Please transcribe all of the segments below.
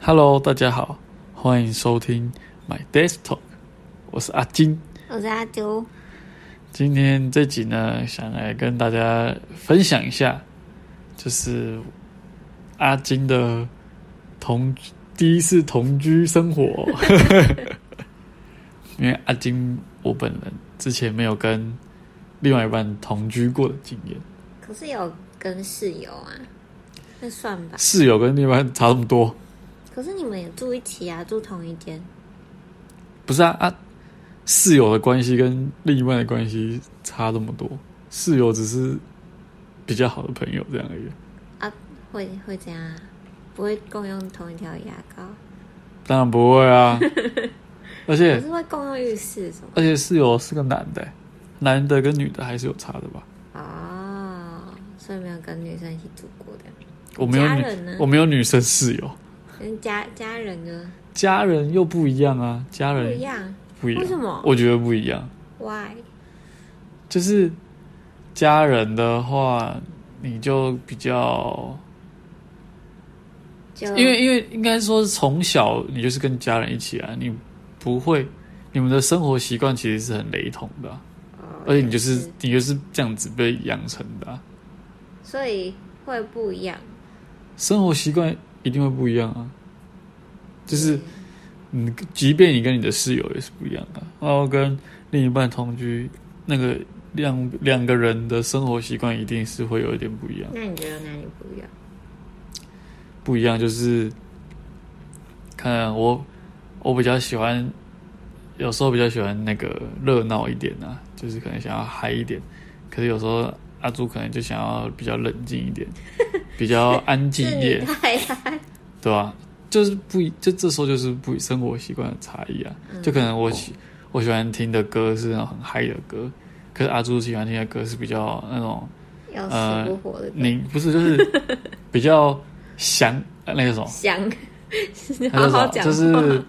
Hello，大家好，欢迎收听 My Desk Talk，我是阿金。我是阿丢，今天这集呢，想来跟大家分享一下，就是阿金的同第一次同居生活。因为阿金我本人之前没有跟另外一半同居过的经验，可是有跟室友啊，那算吧。室友跟另外一半差这么多，可是你们也住一起啊，住同一间，不是啊啊，室友的关系跟另一半的关系差这么多，室友只是比较好的朋友这样而已。会会这样啊？不会共用同一条牙膏，当然不会 啊，而可且是会共用浴室什么？而且室友是个男的欸、男的跟女的还是有差的吧？哦，所以没有跟女生一起住过的，我没有家女人呢，我没有女生室友，跟家家人呢家人又不一样啊，家不人一样。不一样，为什么我觉得不一样， Why？就是家人的话，你就比较就因为因为应该说是从小你就是跟家人一起啊，你不会，你们的生活习惯其实是很雷同的啊、哦而且你就也是你就是这样子被养成的啊、所以会不一样，生活习惯一定会不一样啊。嗯就是你，即便你跟你的室友也是不一样的啊，然后跟另一半同居，那个两两个人的生活习惯一定是会有一点不一样。那你觉得哪里不一样？不一样，就是看我我比较喜欢，有时候比较喜欢那个热闹一点啊，就是可能想要嗨一点，可是有时候阿朱可能就想要比较冷静一点，比较安静是一你点， 太嗨，对吧、就是不一，就这时候就是不生活习惯的差异啊，就可能我喜我喜欢听的歌是那种很嗨的歌，可是阿朱喜欢听的歌是比较那种要呃死不活的感觉你不是就是比较想那个什么。香，他 好就好说讲话，就是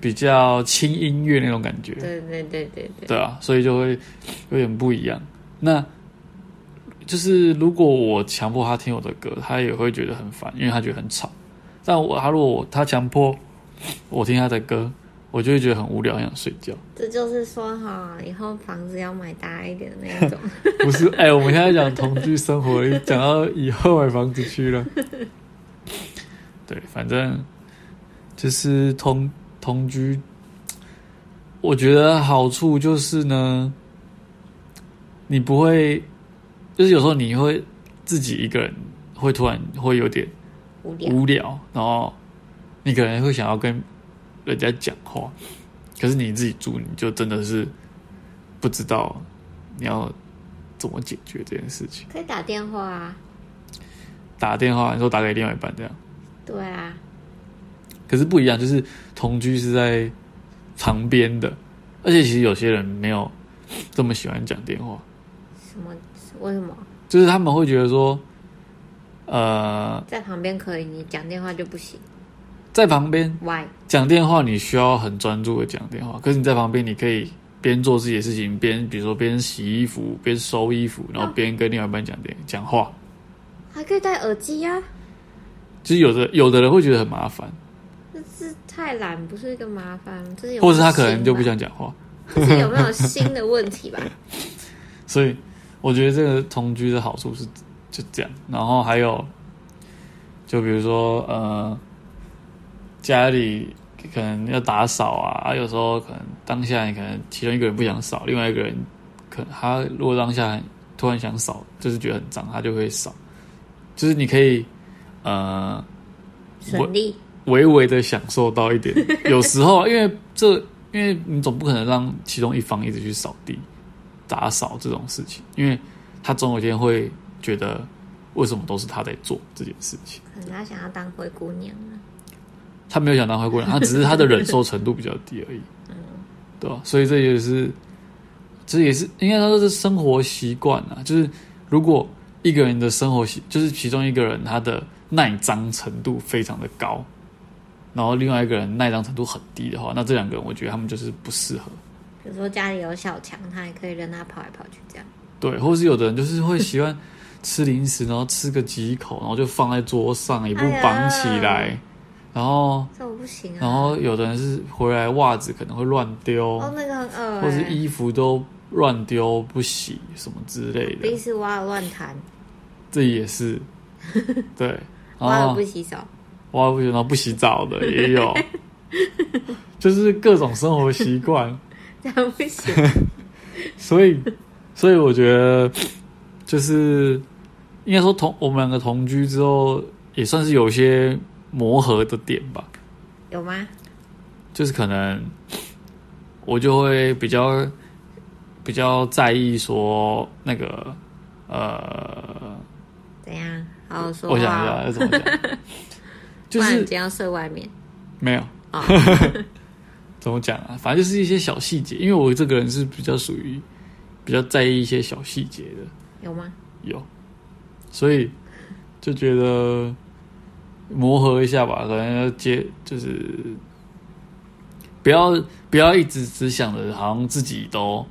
比较轻音乐那种感觉，对对对对对，对啊，所以就会有点不一样。那就是如果我强迫他听我的歌，他也会觉得很烦，因为他觉得很吵。但我他如果我他强迫我听他的歌，我就会觉得很无聊，很想睡觉。这就是说哈，以后房子要买大一点的那一 种，不是，哎、我们现在讲同居生活，讲到以后买房子去了。对，反正就是同同居，我觉得好处就是呢，你不会，就是有时候你会自己一个人会突然会有点无聊。无聊，然后你可能会想要跟人家讲话，可是你自己住，你就真的是不知道你要怎么解决这件事情。可以打电话啊，打电话，你说打给另外一半这样，对啊，可是不一样，就是同居是在旁边的，而且其实有些人没有这么喜欢讲电话，什么为什么就是他们会觉得说，呃，在旁边可以，你讲电话就不行在旁边？Why？讲电话你需要很专注的讲电话，可是你在旁边你可以边做自己的事情，边比如说边洗衣服、边收衣服，然后边跟另外一半讲电讲话。还可以戴耳机呀、啊，就是有的有的人会觉得很麻烦，这是太懒，不是一个麻烦，这是有没有或者是他可能就不心想吧，讲话，这是有没有新的问题 吧？所以我觉得这个同居的好处是就这样。然后还有，就比如说呃，家里可能要打扫啊，啊有时候可能当下你可能其中一个人不想扫，另外一个人可能他如果当下突然想扫，就是觉得很脏，他就会扫。就是你可以呃省力，微微的享受到一点， 有时候啊因为这因为你总不可能让其中一方一直去扫地、打扫这种事情，因为他总有一天会觉得为什么都是他在做这件事情。可能他想要当灰姑娘啊，他没有想当灰姑娘，他只是他的忍受程度比较低而已，对吧、所以这也是，这也是应该说这是生活习惯啊。就是如果一个人的生活习，就是其中一个人他的耐脏程度非常的高，然后另外一个人耐脏程度很低的话，那这两个人我觉得他们就是不适合。比如说家里有小强，他也可以扔他跑来跑去这样。对，或是有的人就是会喜欢吃零食，然后吃个几口，然后就放在桌上，也不绑起来，然后这我不行啊。然后有的人是回来袜子可能会乱丢，哦，那个很恶、欸，或是衣服都乱丢不洗什么之类鼻的，屎挖了乱弹，这也 是对。挖然了后不洗手，挖不洗，然后不洗澡的也 有，就是各种生活习惯。这样不 行。所以，所以我觉得就是应该说同我们两个同居之后，也算是有一些磨合的点吧。有吗？就是可能我就会比较比较在意说那个呃，怎样？好好说话。哦我想一下要怎么 讲，就啊不然是你今天要睡外面。没有。哦 怎么讲啊？反正就是一些小细节，因为我这个人是比较属于比较在意一些小细节的，有吗？有，所以就觉得磨合一下吧，可能要接就是不要不要一直只想着好像自己都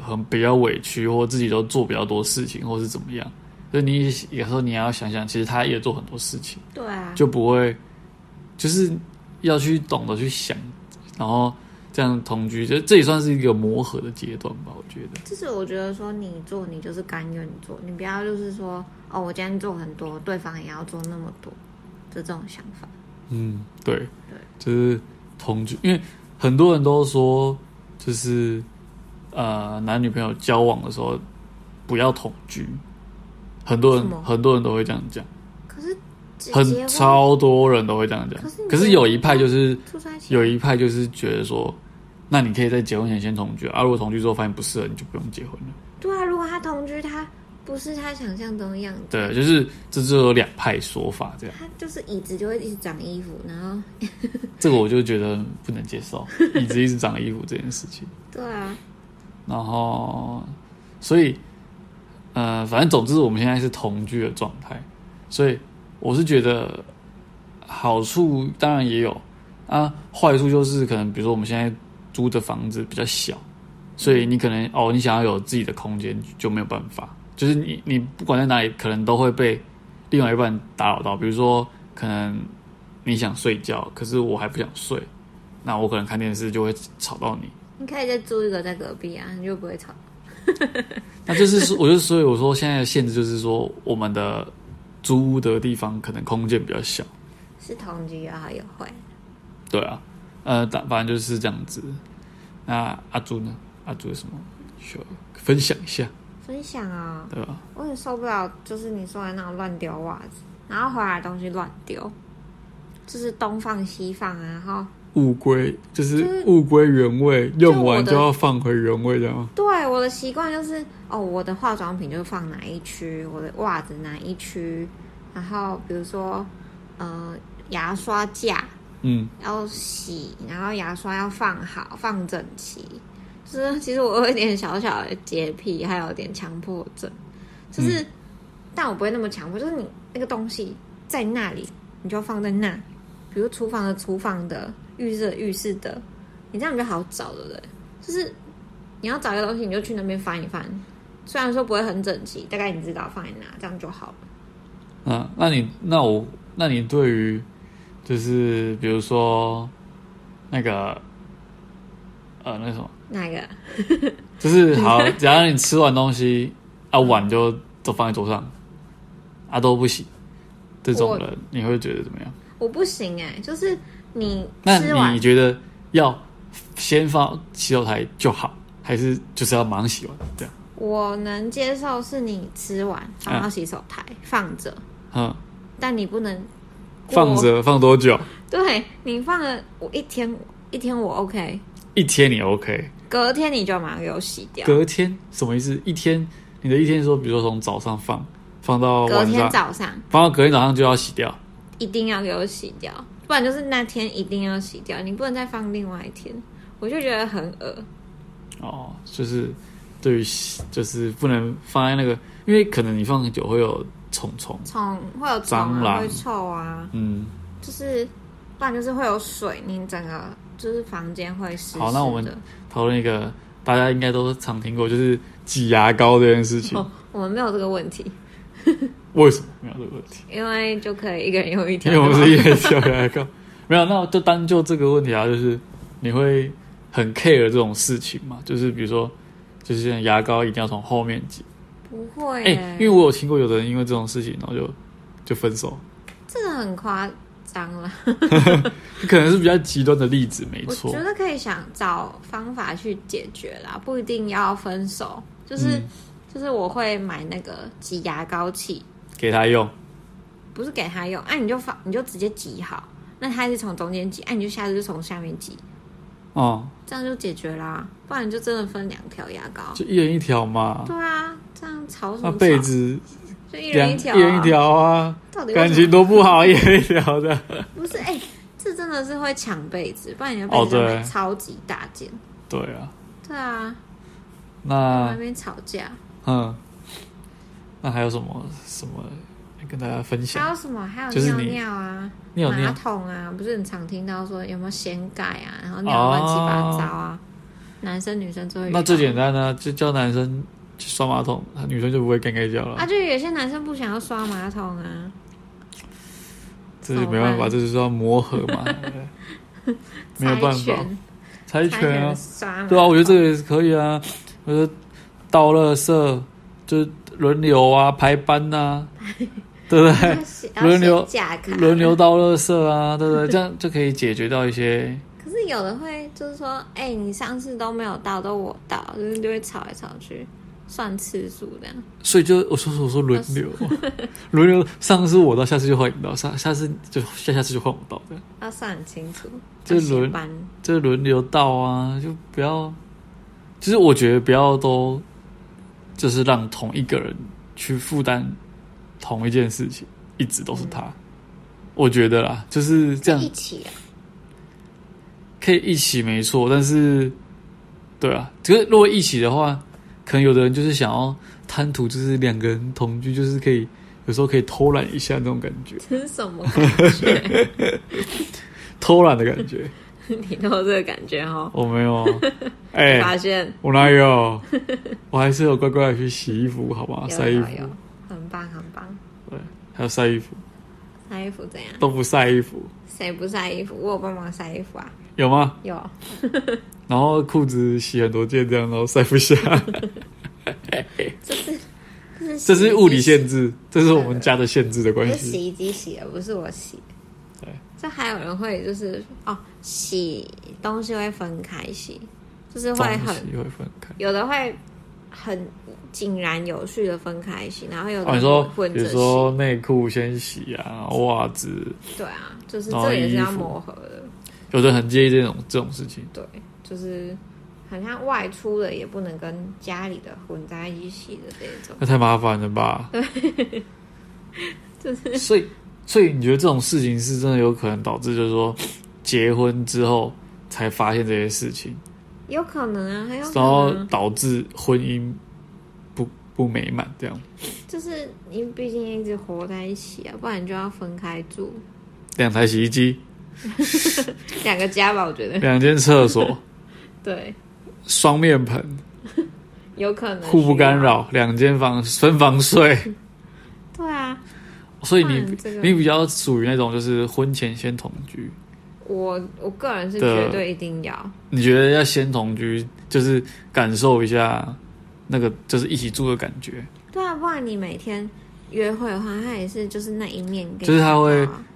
很比较委屈，或自己都做比较多事情，或是怎么样。所以你有时候你也要想想，其实他也做很多事情。对啊，就不会，就是要去懂得去想，然后这样同居，这这也算是一个磨合的阶段吧，我觉得。就是我觉得说你做你就是甘愿做，你不要就是说哦，我今天做很多，对方也要做那么多，就这种想法。嗯，对，就是同居，因为很多人都说，就是呃，男女朋友交往的时候不要同居，很多为什人么很多人都会这样讲，可是结很结婚超多人都会这样讲可是，你可是有一派就是。住在一起有一派就是觉得说，那你可以在结婚前先同居啊，如果同居之后发现不适合，你就不用结婚了。对啊，如果他同居，他不是他想象中的样子，对，就是这就有两派说法，这样他就是椅子就会一直长衣服，然后这个我就觉得不能接 受，椅子一直长衣服这件事情。对啊，然后，所以，呃，反正总之我们现在是同居的状态，所以我是觉得好处当然也有啊，坏处就是可能比如说我们现在租的房子比较小，所以你可能哦，你想要有自己的空间就没有办法，就是你你不管在哪里，可能都会被另外一半打扰到，比如说可能你想睡觉，可是我还不想睡，那我可能看电视就会吵到你。你可以再租一个在隔壁啊，你就不会吵。那就是说，我就所以我说现在的限制就是说，我们的租屋的地方可能空间比较小，是同居啊，也会对啊，呃，打反正就是这样子。那阿朱呢？阿朱有什么需要分享一下，分享啊、对吧？我很受不了，就是你说的那种乱丢袜子，然后回来的东西乱丢，就是东放西放啊，然后物归就是就是物归原位，就用完我的就要放回原位，这样吗？对我的习惯就是哦，我的化妆品就放哪一区，我的袜子哪一区，然后比如说呃牙刷架嗯，要洗，然后牙刷要放好放整齐。就是其实我有一点小小的洁癖，还有点强迫症，嗯就是、但我不会那么强迫，就是你那个东西在那里，你就放在那，比如厨房的厨房的，浴室的浴室的，你这样比较好找，对不对？就是你要找一个东西，你就去那边翻一翻，虽然说不会很整齐，大概你知道放在哪，这样就好了。嗯，那你那我那你对于就是比如说那个呃那个什么，那个就是嗯好，假如你吃完东西啊碗就都放在桌上，啊都不洗，这种我人你会觉得怎么样？我不行哎、就是你吃那完你觉得要先放洗手台就好，还是就是要马上洗完这样？我能接受是你吃完放到洗手台、放着，嗯，但你不能过放。着放多久？对你放了我一天，一天我 OK，一天你 OK，隔天你就马上给我洗掉。隔天什么意思？一天你的一天是说，比如说从早上放放到隔晚天上，早上放到隔天早上就要洗掉。一定要给我洗掉，不然就是那天一定要洗掉，你不能再放另外一天。我就觉得很恶，哦，就是对于洗就是不能放在那个，因为可能你放久会有虫虫。虫会有虫蟑啊，螂会臭啊，嗯，就是不然就是会有水，你整个就是房间会湿湿的。好那我们讨论一个大家应该都常听过，就是挤牙膏这件事情。哦，我们没有这个问题，为什么没有这个问题？ 因为就可以一个人用一条因为 就我好。们是一人挑牙膏， 没有，那就单就这个问题啊，就是你会很 care 这种事情嘛？就是比如说，就是像牙膏一定要从后面挤，不会、哎、欸，因为我有听过有的人因为这种事情，然后就就分手，这个很夸张了。可能是比较极端的例子，没我错觉。得可以想找方法去解决啦，不一定要分手。就是、嗯就是我会买那个挤牙膏器，给他用，不是给他用，啊，你就放你就直接挤好，那他是从中间挤，啊，你就下次就从下面挤，哦、这样就解决啦。不然你就真的分两条牙膏。就一人一条嘛。对啊，这样吵什那么吵？被子就一两人一条、啊，人一条啊，到底为什么感情多不好，一人一条的。 不是哎、这真的是会抢被子，不然你的哦被子就对买超级大件。对啊，对啊，在外那面吵架，嗯，那还有什么什么跟大家分还享？有什么？还有就是尿你尿啊，尿马尿桶啊，不是很常听到说有没有掀盖啊，然后尿乱七八糟啊，男生女生都会遇哦到。那最简单呢、就叫男生去刷马桶，女生就不会尴尬叫了。啊，就有些男生不想要刷马桶啊，这是没办法，怎么办这就是要磨合嘛，对不对没有办 猜法，拳猜猜拳啊拳，刷马桶。哦对啊，我觉得这个也是可以啊。我觉得倒垃圾就是轮流啊，排班呐、对不对？个轮流架卡，轮流倒垃圾啊，对不对？这样就可以解决到一些可是有的会就是说，哎、你上次都没有到，都我到，就是就会吵来吵去，算次数这样。所以就我说我说轮流，轮流上次我到，下次就换你到，下下次就下下次就换我到，这样要算很清楚，这要写轮班就是轮流到啊，就不要，就是我觉得不要都就是让同一个人去负担同一件事情，一直都是他，我觉得啦，就是这样一起啊，可以一起没错，但是对啊，可是如果一起的话，可能有的人就是想要贪图，就是两个人同居，就是可以有时候可以偷懒一下那种感觉，这是什么感觉？偷懒的感觉。你 都有这个感觉哦。我没有啊，哎、发现我哪有？我还是有乖乖的去洗衣服，好吧，有哦晒衣有服，有，很棒很棒。对，还有晒衣服，晒衣服怎样？都不晒衣服，谁不晒衣服？我有帮忙晒衣服啊，有吗？有。然后裤子洗很多件这样，然后晒不 下，这是这是这是物理限制，制，这是我们家的限制的关这是系。洗衣机洗的，不是我洗的。对，这还有人会就是哦，洗东西会分开洗，就是东会很西会分开。有的会很井然有序的分开洗，然后有哦，你的说会，混比着如洗。说内裤先洗啊，袜子，对啊，就是然后这也是衣要服磨合的，有的很介意这种这种事情。对，就是好像外出的也不能跟家里的混在一起洗的这一种。那太麻烦了吧？ 就是，所以，所以你觉得这种事情是真的有可能导致，就是说结婚之后才发现这些事情，有可能啊，很有可然后能，导致婚姻不不美满这样，就是你毕竟一直活在一起啊，不然你就要分开住，两台洗衣机，两个家吧，我觉得， 两间厕 所，对，双面盆，有可能互不干需要。扰，两间房分房睡。 对啊，所以你换这个你比较属于那种就是婚前先同居，我我个人是的绝对一定要，你觉得要先同居，就是感受一下那个就是一起住的感觉，对啊，不然你每天约会的话，他也是就是那一面给你看到啊，就是他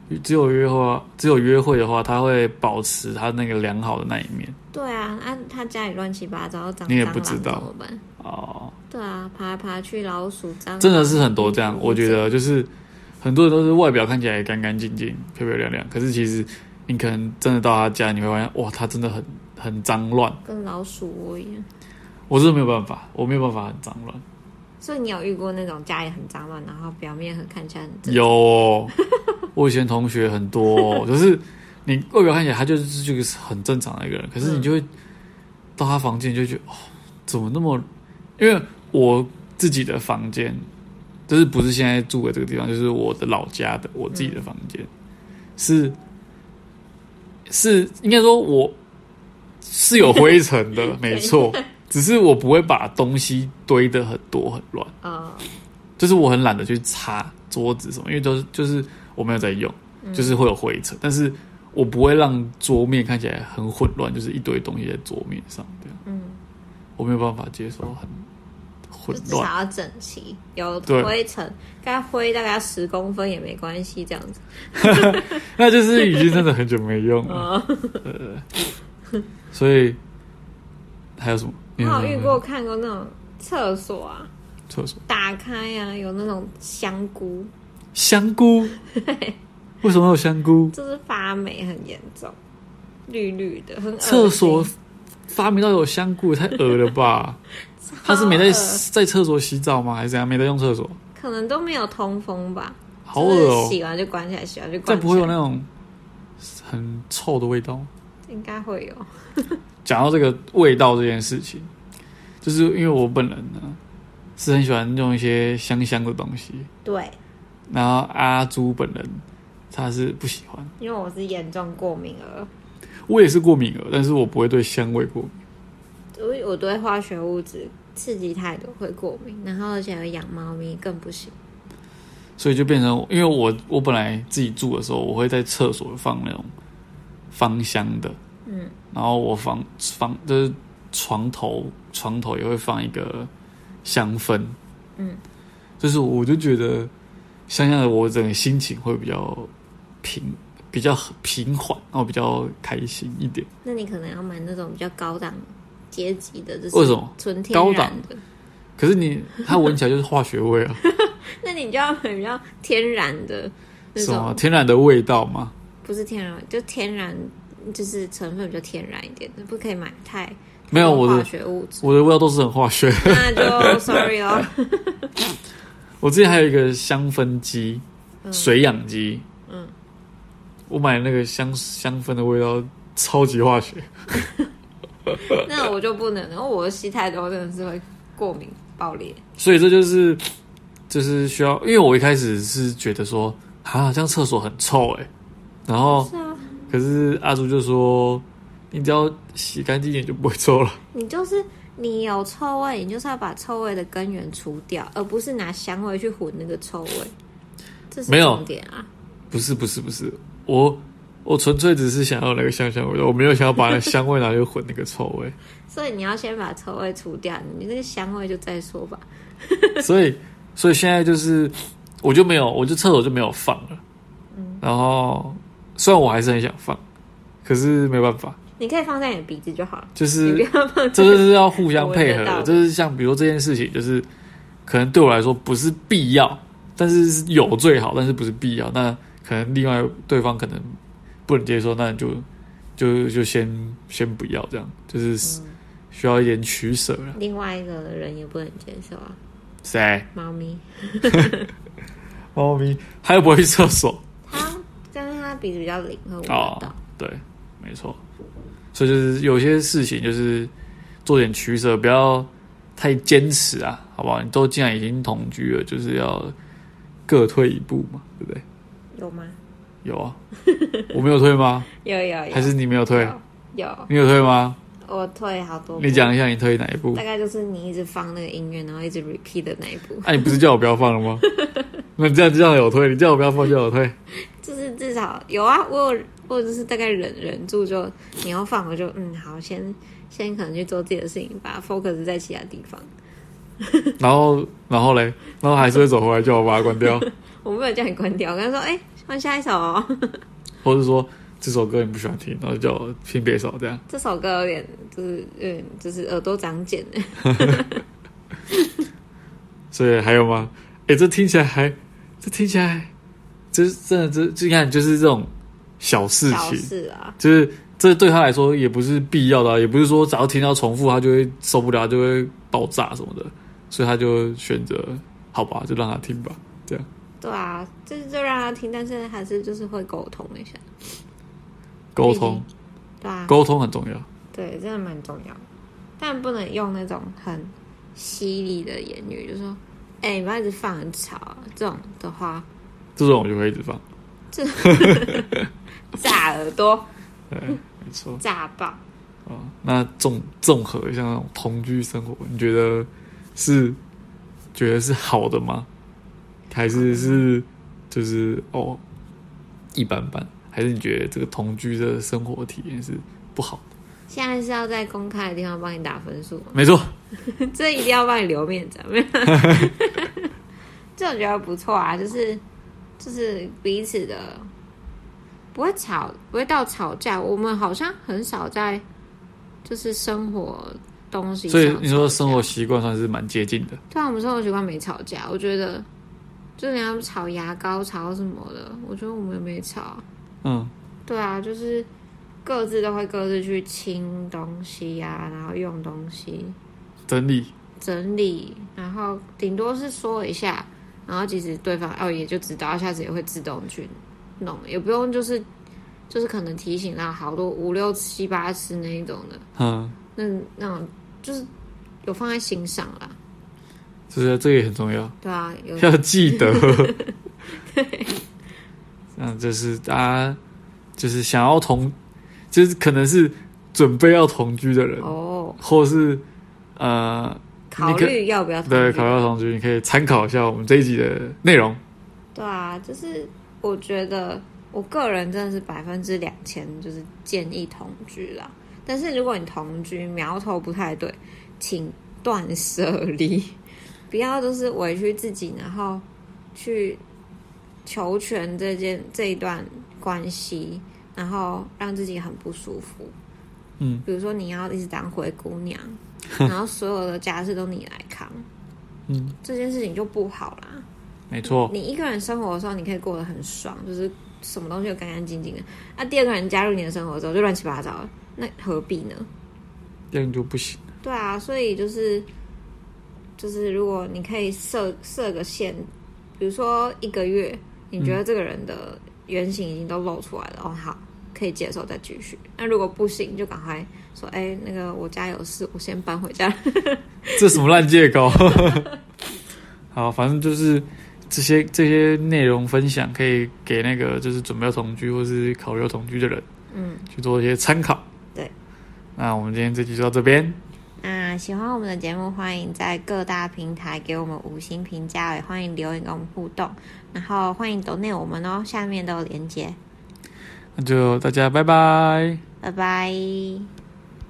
会只有约会，只有约会的话，他会保持他那个良好的那一面对啊，啊，他家里乱七八糟，长你也蟑不知螂道怎么办？哦。对啊，爬来爬去，老鼠、蟑螂，真的是很多这样嗯，我觉得就是很多人都是外表看起来干干净净、漂漂亮亮，可是其实你可能真的到他家，你会发现哇，他真的很很脏乱。跟老鼠窝一样。我真的没有办法，我没有办法很脏乱。所以你有遇过那种家里很脏乱，然后表面很看起来很正有、哦，我以前同学很多、哦，就是你外表看起来他就是就是很正常的一个人，可是你就会到他房间你就觉得哦，怎么那么？因为我自己的房间，就是不是现在住的这个地方，就是我的老家的我自己的房间，是是应该说我是有灰尘的，没错，只是我不会把东西堆得很多很乱。呃，就是我很懒嗯得去擦桌子什么，因为都是就是我没有在用，就是会有灰尘，但是我不会让桌面看起来很混乱，就是一堆东西在桌面上这样。嗯，我没有办法接受很混就至乱。少要整齐，有对灰尘，该灰大概十公分也没关系，这样子。那就是已经真的很久没用了。哦，所以还有什么？你我有有什么遇过看过那种厕所啊，厕所打开啊，有那种香菇，香菇？ 为什么有香菇？就是发霉很严重，绿绿的，很恶心厕所发明到有香菇也太恶了 吧？他是没在超恶在厕所洗澡吗？还是怎样？没在用厕所？可能都没有通风吧，好恶就是哦、洗完就关起来，洗完就再关起来，不会有那种很臭的味道。应该会有，讲到这个味道这件事情，就是因为我本人呢是很喜欢用一些香香的东西，对，然后阿朱本人他是不喜欢。因为我是严重过敏儿，我也是过敏儿，但是我不会对香味过敏。我我对化学物质刺激太多会过敏，然后而且有养猫咪更不行。所以就变成，因为我我本来自己住的时候，我会在厕所放那种芳香的，嗯，然后我房房就是床头床头也会放一个香氛，嗯，就是我就觉得香香的，我整个心情会比较平，比较平缓，然后比较开心一点。那你可能要买那种比较高档阶级的，就是为什么纯天高档然的？可是你它闻起来就是化学味啊，那你就要买比较天然的 那什么种，天然的味道嘛，不是天然，就天然就是成分比较天然一点的，不可以买太没有太多我的化学物 质，我的味道都是很化学。那就 sorry 哦。我之前还有一个香氛机，水养机，嗯我买那个香香氛的味道超级化学，那我就不能，然后我吸太多真的是会过敏爆裂。所以这就是就是需要，因为我一开始是觉得说啊，这样厕所很臭哎、然后是啊，可是阿朱就说，你只要洗干净一点就不会臭了。你就是你有臭味，你就是要把臭味的根源除掉，而不是拿香味去混那个臭味。这是没有重点啊！不是不是不是，我我纯粹只是想要有那个香香味道，我没有想要把那香味拿去混那个臭味。所以你要先把臭味除掉，你那个香味就再说吧。所以，所以现在就是，我就没有，我就厕所就没有放了。嗯然后虽然我还是很想放，可是没办法，你可以放在你的鼻子就好了，就你不是要放这就是要互相配合我闻得的。到就是像比如说这件事情，就是可能对我来说不是必要，但是是有最好，但是不是必要。那可能另外对方可能不能接受，那你就就就先先不要这样，就是嗯需要一点取舍了。另外一个人也不能接受啊。谁？猫咪，猫咪？它又不会去厕所。它但是它鼻子比较灵，会闻哦得到。，对，没错。所以就是有些事情就是做点取舍，不要太坚持啊，好不好？你都既然已经同居了，就是要各退一步嘛，对不对？有吗？有啊，我没有退 吗？有有有，还是你没有退？有有你有退吗？我退好多步。你讲一下你退哪一步大？ 概就是你一直放那个音乐，然后一直 repeat 的那一部，啊那、你不是叫我不要放了 吗？那你这样这样有退，你叫我不要放就有退。就是至少有啊，我有，我就是大概忍忍住就，你要放我就嗯好，先先可能去做自己的事情，把它 focus 在其他地方。然后，然后嘞，然后还是会走回来叫我把它关掉，我没有叫你关掉，我跟他说哎、换下一首、哦， 或者说这首歌你不喜欢听，然后叫我听别首这样。这首歌有点就是有点就是耳朵长茧了，所以还有吗？哎、这听起来还，这听起来，这真的这这你看就是这种小事小情，事啊，就是这对他来说也不是必要的、啊，也不是说只要听到重复他就会受不了，他就会爆炸什么的，所以他就选择好吧，就让他听吧。对啊，就是就让他听，但是还是就是会沟通一下，沟通，对啊，沟通很重要。对，真的蛮重要的，但不能用那种很犀利的言语，就说“哎、你不要一直放很吵啊”这种的话，这种我就会一直放，炸耳朵、对，没错炸爆。啊、那综综合像那种同居生活，你觉得是觉得是好的吗？还是是就是哦一般般？还是你觉得这个同居的生活体验是不好的？现在是要在公开的地方帮你打分数吗？ 没错，这一定要帮你留面子啊， 没有？这我觉得不错啊，就是就是彼此的不会吵，不会到吵架。我们好像很少在就是生活东西上所吵架，以你说生活习惯算是蛮接近的。对啊，我们生活习惯没吵架，我觉得就是人家吵牙膏、吵什么的，我觉得我们没吵。嗯，对啊，就是各自都会各自去清东西呀、然后用东西。整理整理，然后顶多是说一下，然后其实对方哦也就知道，下次也会自动去弄，也不用就是就是可能提醒到好多五六七八次那一种的，嗯，那那种就是有放在心上啦，就是这个也很重要，对啊，有 要记得。嗯，就是大家就是想要同，就是可能是准备要同居的人，哦，或是呃，考虑要不要对，同考意虑同居，你可以参考一下我们这一集的内容。对啊，就是我觉得我个人真的是百分之两千，就是建议同居啦。但是如果你同居苗头不太对，请断舍离，不要就是委屈自己，然后去求全这件这一段关系，然后让自己很不舒服。嗯，比如说你要一直当灰姑 娘，然后所有的家事都你来扛，嗯，这件事情就不好啦。没错，你一个人生活的时候，你可以过得很爽，就是什么东西都干干净净的。啊，第二个人加入你的生活之后，就乱七八糟了，那何必呢？这样就不行。对啊，所以就是就是，如果你可以设设个限，比如说一个月，你觉得这个人的原型已经都露出来了，哦，好，可以接受再继续。那如果不行，就赶快说，哎、那个我家有事，我先搬回家。这什么烂借口？ 好，反正就是这些这些内容分享，可以给那个就是准备要同居或是考虑要同居的人嗯，去做一些参考。对，那我们今天这集就到这边，那喜欢我们的节目，欢迎在各大平台给我们五星评价，也欢迎留言跟我们互动，然后欢迎抖内我们哦，下面都有连接，那就大家拜拜。拜拜。